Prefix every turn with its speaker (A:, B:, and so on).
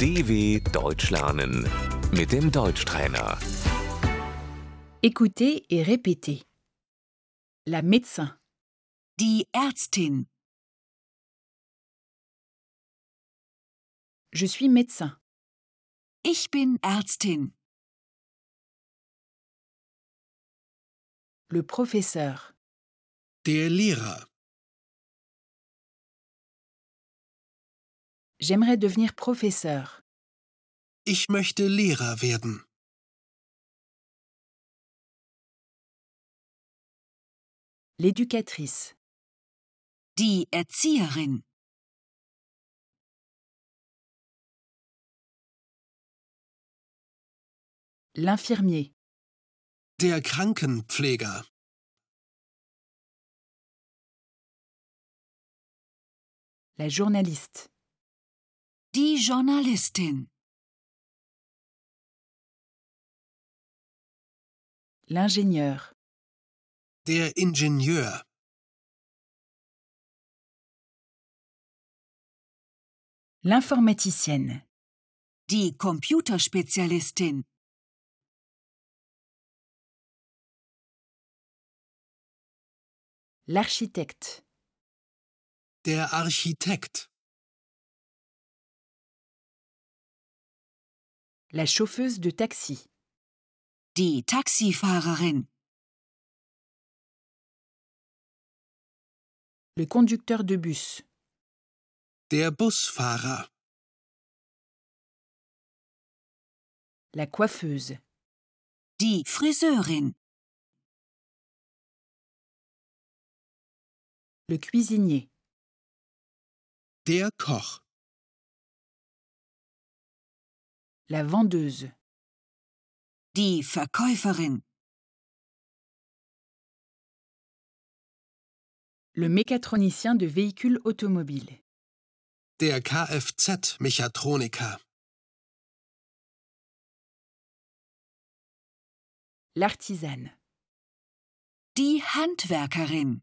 A: DW Deutsch lernen mit dem Deutschtrainer.
B: Écoutez et répétez. La médecin,
C: Die Ärztin.
B: je suis médecin.
C: Ich bin Ärztin.
B: Le professeur,
D: Der Lehrer.
B: j'aimerais devenir professeur.
D: Ich möchte Lehrer werden.
B: L'éducatrice,
C: Die Erzieherin.
B: l'infirmier,
D: Der Krankenpfleger.
B: la journaliste,
C: Die Journalistin.
B: l'ingénieur,
D: Der Ingenieur.
B: l'informaticienne,
C: Die Computerspezialistin.
B: l'architecte,
D: Der Architekt.
B: la chauffeuse de taxi,
C: Die Taxifahrerin.
B: le conducteur de bus,
D: Der Busfahrer.
B: la coiffeuse,
C: Die Friseurin.
B: le cuisinier,
D: Der Koch.
B: la vendeuse,
C: Die Verkäuferin.
B: le mécatronicien de véhicules automobiles,
D: Der Kfz-Mechatroniker.
B: l'artisane,
C: Die Handwerkerin.